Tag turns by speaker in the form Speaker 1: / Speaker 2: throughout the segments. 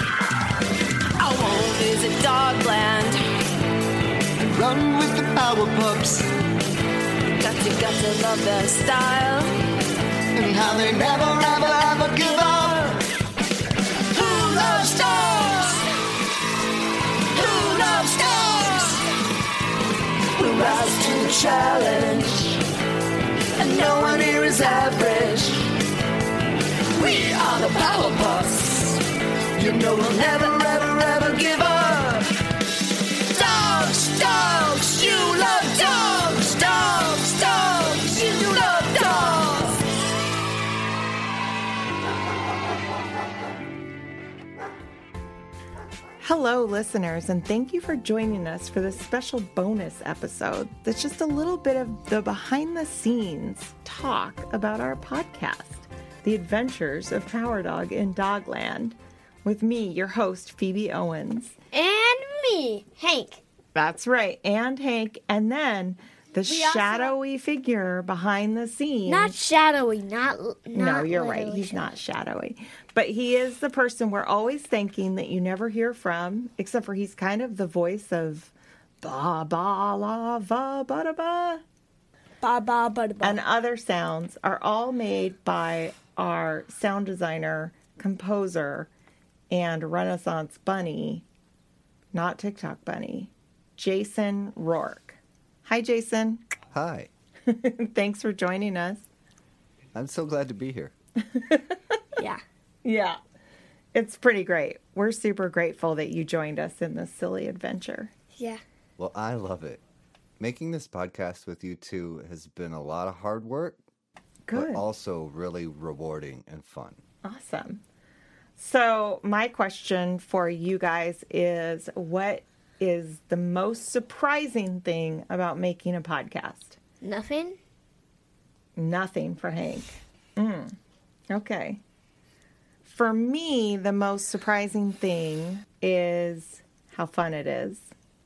Speaker 1: I won't visit Dogland.
Speaker 2: Run with the power pups
Speaker 1: Gotta, gotta love their style.
Speaker 2: and how they never, never, ever give up.
Speaker 1: Who loves dogs? Who loves dogs?
Speaker 2: We rise to the challenge, and no one here is average. We are the power pups. You know we'll never, never, ever give up.
Speaker 1: Dogs, dogs, you love dogs. Dogs, dogs, you love dogs.
Speaker 3: Hello, listeners, and thank you for joining us for this special bonus episode that's just a little bit of the behind the scenes talk about our podcast, The Adventures of Power Dog in Dogland, with me, your host, Phoebe Owens.
Speaker 4: And me, Hank.
Speaker 3: That's right, and Hank, and then the
Speaker 4: also-
Speaker 3: shadowy figure behind the scenes.
Speaker 4: Not shadowy, not. l-
Speaker 3: No,
Speaker 4: not
Speaker 3: you're right.
Speaker 4: literally
Speaker 3: He's not shadowy. But he is the person we're always thinking that you never hear from, except for he's kind of the voice of ba ba la va ba da ba.
Speaker 4: Ba ba ba da, ba.
Speaker 3: And other sounds are all made by our sound designer, composer, and Renaissance bunny, not TikTok bunny, Jason Rourke. Hi, Jason.
Speaker 5: Hi.
Speaker 3: Thanks for joining us.
Speaker 5: I'm so glad to be here.
Speaker 4: Yeah.
Speaker 3: Yeah. It's pretty great. We're super grateful that you joined us in this silly adventure.
Speaker 4: Yeah.
Speaker 5: Well, I love it. Making this podcast with you two has been a lot of hard work,
Speaker 3: Good.
Speaker 5: but also really rewarding and fun.
Speaker 3: awesome. So, my question for you guys is what is the most surprising thing about making a podcast?
Speaker 4: Nothing?
Speaker 3: Nothing for Hank. Mm. Okay. For me, the most surprising thing is how fun it is.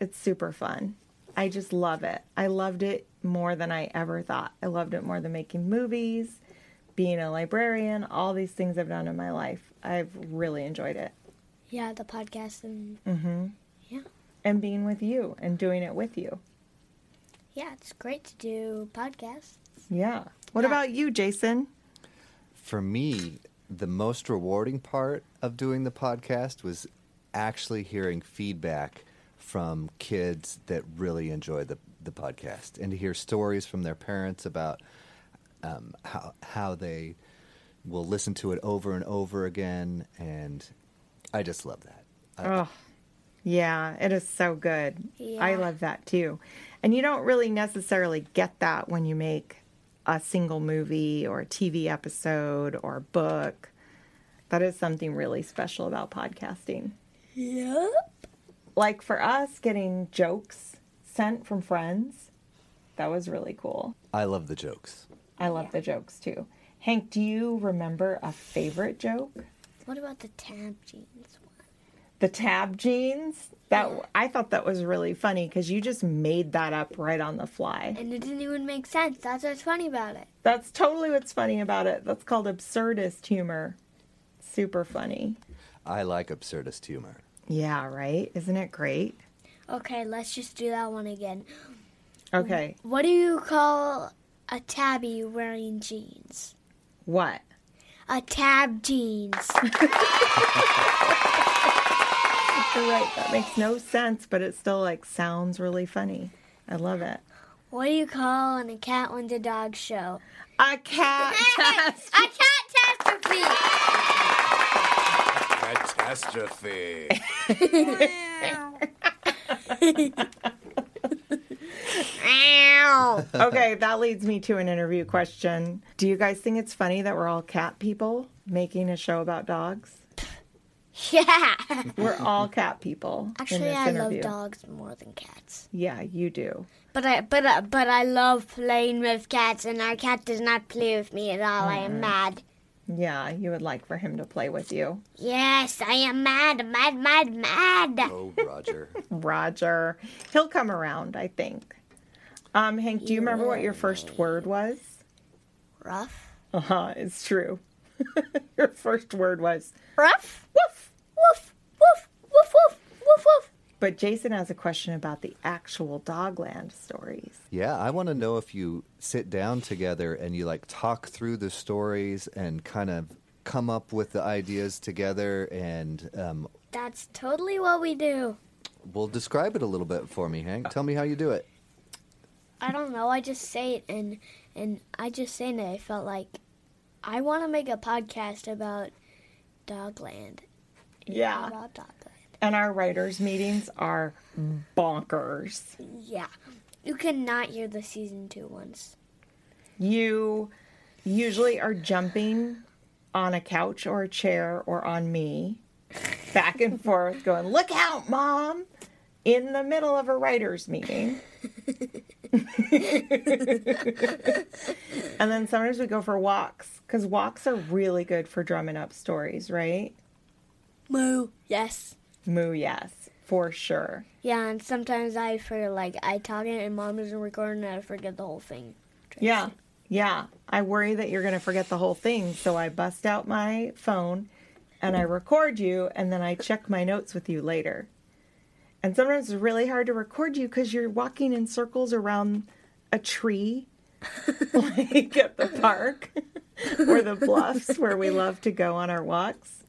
Speaker 3: It's super fun. I just love it. I loved it more than I ever thought. I loved it more than making movies, being a librarian, all these things I've done in my life. I've really enjoyed it.
Speaker 4: Yeah, the podcast and.
Speaker 3: And being with you and doing it with you.
Speaker 4: Yeah, it's great to do podcasts.
Speaker 3: Yeah. What about you, Jason?
Speaker 5: For me, the most rewarding part of doing the podcast was actually hearing feedback from kids that really enjoy the, the podcast and to hear stories from their parents about um, how, how they will listen to it over and over again. And I just love that.
Speaker 3: Yeah, it is so good. I
Speaker 4: Yeah.
Speaker 3: love that too. And you don't really necessarily get that when you make a single movie or a TV episode or a book. That is something really special about podcasting.
Speaker 4: Yep.
Speaker 3: Like for us, getting jokes sent from friends, that was really cool.
Speaker 5: I love the jokes.
Speaker 3: I love the jokes too. Hank, do you remember a favorite joke?
Speaker 4: What about the tab jeans one?
Speaker 3: the tab jeans that i thought that was really funny because you just made that up right on the fly
Speaker 4: And it didn't even make sense. That's what's funny about it.
Speaker 3: that's totally what's funny about it that's called absurdist humor super funny
Speaker 5: I like absurdist humor.
Speaker 3: yeah right isn't it great
Speaker 4: Okay, let's just do that one again.
Speaker 3: okay
Speaker 4: What do you call a tabby wearing jeans?
Speaker 3: what
Speaker 4: A tab jeans.
Speaker 3: you're right that makes no sense but it still like sounds really funny i love it
Speaker 4: what do you call when a cat wins a dog show?
Speaker 3: a cat test
Speaker 4: A cat catastrophe!
Speaker 6: Catastrophe.
Speaker 3: okay that leads me to an interview question do you guys think it's funny that we're all cat people making a show about dogs
Speaker 4: Yeah.
Speaker 3: We're all cat people. in
Speaker 4: Actually,
Speaker 3: this
Speaker 4: I
Speaker 3: interview.
Speaker 4: love dogs more than cats.
Speaker 3: Yeah, you do.
Speaker 4: But I but uh, but I love playing with cats, and our cat does not play with me at all. I am mad.
Speaker 3: Yeah, you would like for him to play with you.
Speaker 4: Yes, I am mad, mad, mad, mad.
Speaker 5: Oh, Roger.
Speaker 3: Roger. He'll come around, I think. Um, Hank, do you remember what your first word was?
Speaker 4: Rough.
Speaker 3: Uh huh, it's true. Your first word was
Speaker 4: Ruff.
Speaker 3: woof.
Speaker 4: Woof. Woof. Woof. Woof. Woof. Woof.
Speaker 3: But Jason has a question about the actual Dogland stories.
Speaker 5: Yeah, I want to know if you sit down together and you like talk through the stories and kind of come up with the ideas together, and um,
Speaker 4: That's totally what we do.
Speaker 5: we'll describe it a little bit for me, Hank. Tell me how you do it.
Speaker 4: I don't know. I just say it, and and I just saying it. I felt like I want to make a podcast about Dogland.
Speaker 3: Yeah.
Speaker 4: About Dogland.
Speaker 3: And our writers' meetings are bonkers.
Speaker 4: Yeah. You cannot hear the season two ones.
Speaker 3: You usually are jumping on a couch or a chair or on me, back and forth, going, Look out, mom! In the middle of a writer's meeting. and then sometimes we go for walks because walks are really good for drumming up stories, right?
Speaker 4: Moo. Yes.
Speaker 3: Moo, yes, for sure.
Speaker 4: Yeah, and sometimes I for like I talk it and mom isn't recording and I forget the whole thing.
Speaker 3: Yeah. Yeah. I worry that you're going to forget the whole thing. So I bust out my phone and I record you and then I check my notes with you later. And sometimes it's really hard to record you because you're walking in circles around a tree, like at the park or the bluffs where we love to go on our walks.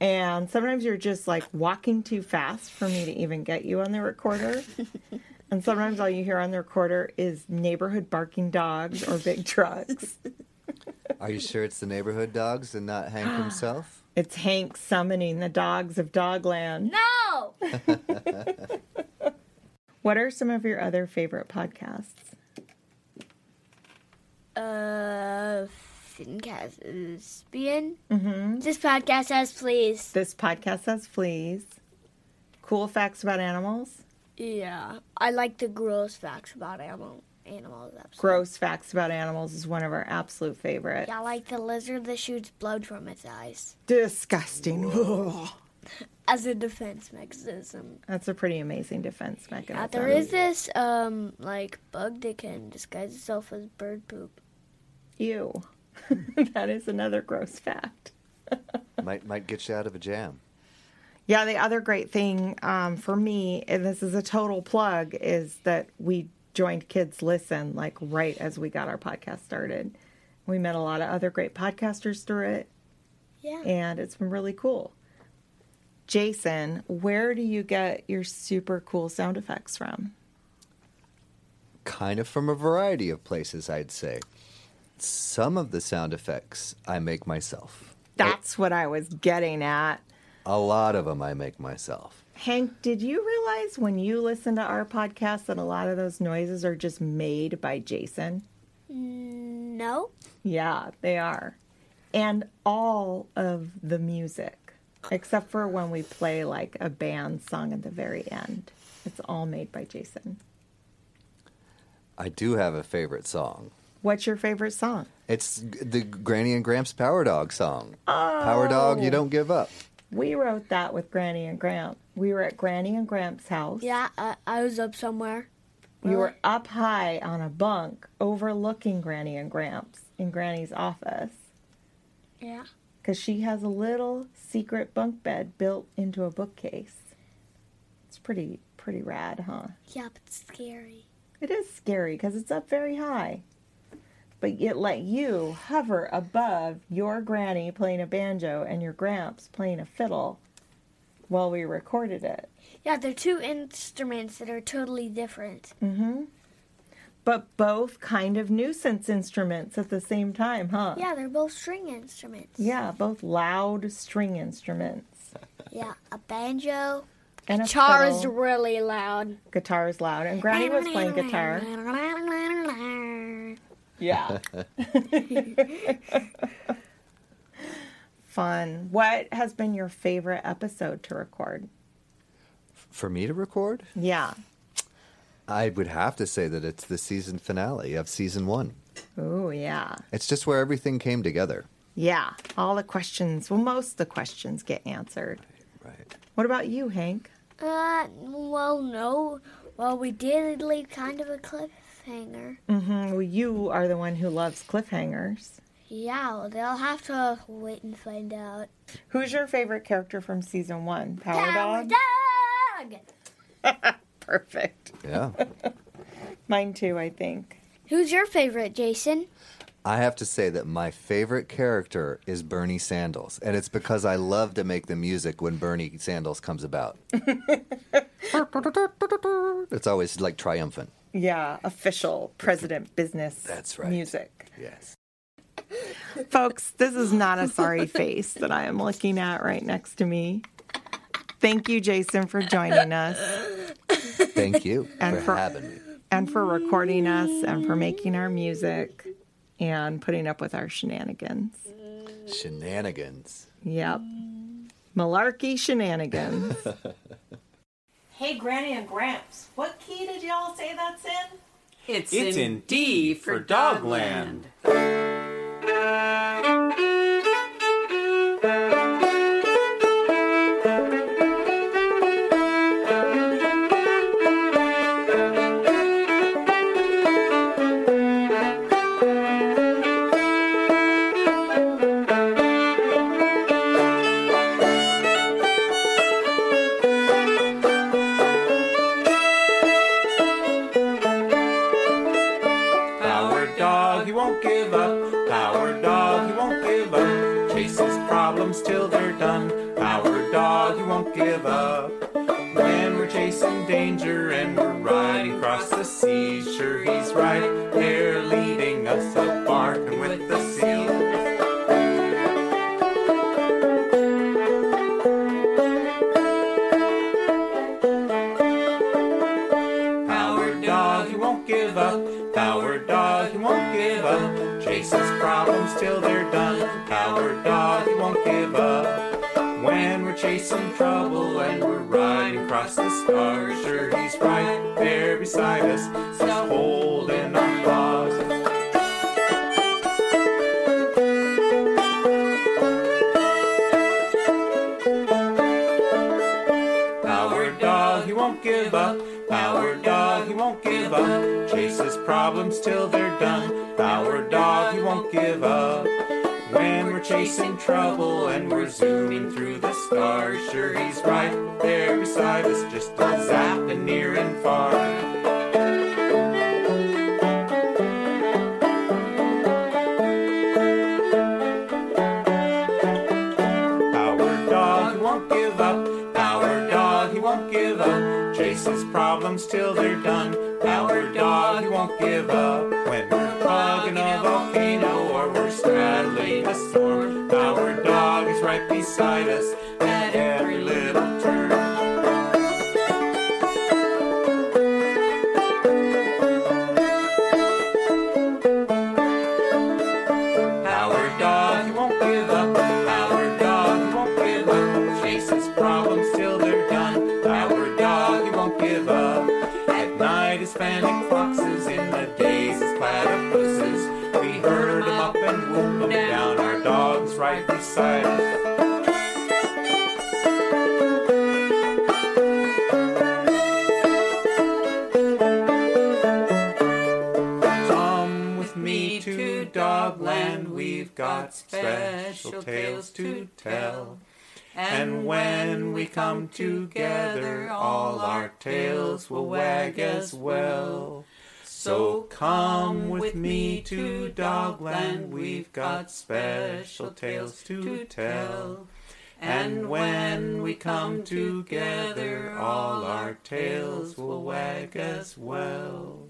Speaker 3: And sometimes you're just like walking too fast for me to even get you on the recorder. And sometimes all you hear on the recorder is neighborhood barking dogs or big trucks.
Speaker 5: Are you sure it's the neighborhood dogs and not Hank himself?
Speaker 3: it's Hank summoning the dogs of Dogland.
Speaker 4: No.
Speaker 3: What are some of your other favorite podcasts?
Speaker 4: uh, Fincast is being this podcast has please.
Speaker 3: This podcast has fleas. Cool facts about animals.
Speaker 4: Yeah, I like the gross facts about animal animals. Episode.
Speaker 3: Gross facts about animals is one of our absolute favorite.
Speaker 4: Yeah, I like the lizard that shoots blood from its eyes
Speaker 3: Disgusting.
Speaker 4: as a defense mechanism.
Speaker 3: That's a pretty amazing defense
Speaker 4: Yeah,
Speaker 3: mechanism.
Speaker 4: there is this um like bug that can disguise itself as bird poop.
Speaker 3: Ew. that is another gross fact.
Speaker 5: Might might get you out of a jam.
Speaker 3: Yeah, the other great thing um, for me, and this is a total plug, is that we joined Kids Listen like right as we got our podcast started. We met a lot of other great podcasters through it,
Speaker 4: Yeah.
Speaker 3: and it's been really cool. Jason, where do you get your super cool sound effects from?
Speaker 5: kind of from a variety of places, I'd say. Some of the sound effects I make myself.
Speaker 3: That's what I was getting at.
Speaker 5: A lot of them I make myself.
Speaker 3: Hank, did you realize when you listen to our podcast that a lot of those noises are just made by Jason?
Speaker 4: No.
Speaker 3: Yeah, they are. And all of the music, except for when we play like a band song at the very end. It's all made by Jason.
Speaker 5: I do have a favorite song.
Speaker 3: What's your favorite song?
Speaker 5: It's g- the Granny and Gramps Power Dog song. Power Dog, you don't give up.
Speaker 3: We wrote that with Granny and Gramp. We were at Granny and Gramp's house.
Speaker 4: Yeah, I, I was up somewhere.
Speaker 3: We were up high on a bunk overlooking Granny and Gramps in Granny's office
Speaker 4: Yeah.
Speaker 3: because she has a little secret bunk bed built into a bookcase. It's pretty, pretty rad, huh?
Speaker 4: Yeah, but scary.
Speaker 3: It is scary because it's up very high. But it let you hover above your granny playing a banjo and your gramps playing a fiddle while we recorded it.
Speaker 4: Yeah, they're two instruments that are totally different.
Speaker 3: Mm. But both kind of nuisance instruments at the same time, huh?
Speaker 4: Yeah, they're both string instruments.
Speaker 3: Yeah, both loud string instruments.
Speaker 4: Yeah, a banjo.
Speaker 3: And a
Speaker 4: Guitar is
Speaker 3: fiddle.
Speaker 4: really loud.
Speaker 3: guitar is loud. And Granny was playing guitar. Yeah. Fun. What has been your favorite episode to record?
Speaker 5: For me to record,
Speaker 3: Yeah.
Speaker 5: I would have to say that it's the season finale of season one.
Speaker 3: Oh, yeah.
Speaker 5: It's just where everything came together.
Speaker 3: Yeah. All the questions, well, most of the questions get answered.
Speaker 5: Right.
Speaker 3: What about you, Hank?
Speaker 4: Uh, well, no. Well, we did leave kind of a cliffhanger.
Speaker 3: Mm, Well, you are the one who loves cliffhangers.
Speaker 4: Yeah, they'll have to wait and find out.
Speaker 3: Who's your favorite character from season one? Power,
Speaker 4: Power
Speaker 3: Dog?
Speaker 4: dog.
Speaker 3: Perfect.
Speaker 5: Yeah.
Speaker 3: Mine too, I think.
Speaker 4: Who's your favorite, Jason?
Speaker 5: I have to say that my favorite character is Bernie Sandals, and it's because I love to make the music when Bernie Sandals comes about. it's always like triumphant.
Speaker 3: Yeah, official president business.
Speaker 5: That's right.
Speaker 3: Music.
Speaker 5: Yes.
Speaker 3: Folks, this is not a sorry face that I am looking at right next to me. Thank you, Jason, for joining us
Speaker 5: Thank you
Speaker 3: And
Speaker 5: for,
Speaker 3: for-
Speaker 5: having me.
Speaker 3: and for recording us and for making our music and putting up with our shenanigans.
Speaker 5: Shenanigans.
Speaker 3: Yep. Malarkey shenanigans. hey, Granny and Gramps, what key did y'all say that's in?
Speaker 7: It's,
Speaker 8: It's
Speaker 7: in,
Speaker 8: in
Speaker 7: D
Speaker 8: D
Speaker 7: for
Speaker 8: for Dogland.
Speaker 7: Dogland.
Speaker 8: Power dog, he won't give up. Power dog, he won't give up. Chases problems till they're done. Power dog, he won't give up. When we're chasing danger and we're riding across the sea, sure he's right there leading us up, barking with the seal. Power dog, he won't give up. Power dog, he won't give up. Chases problems till they're done. Power dog, he won't give up. When we're chasing trouble and we're riding across the stars, sure he's right there beside us. He's holding our paws. Power dog, he won't give up. Power dog, he won't give up. Chases problems till they're done. Power dog, he won't give up. When we're chasing trouble and we're zooming through the stars, sure he's right there beside us, just a zap and near and far. Power dog, he won't give up. Power dog, he won't give up. Chases problems till they're done. Power dog, he won't give up. When we're plugging a volcano or we're straddling a storm, power dog is right beside us at every little turn. Power dog, he won't give up. Power dog, he won't give up. Chases problems till they're done. Power dog, he won't give up. At night his panic foxes, in the days his platypuses. We herd him up and whoop him down. Our dog's right beside us. Come with me to Dogland, we've got special tales to tell. And when we come together, all our tails will wag as well. So come with me to Dogland, we've got special tales to tell. And when we come together, all our tails will wag as well.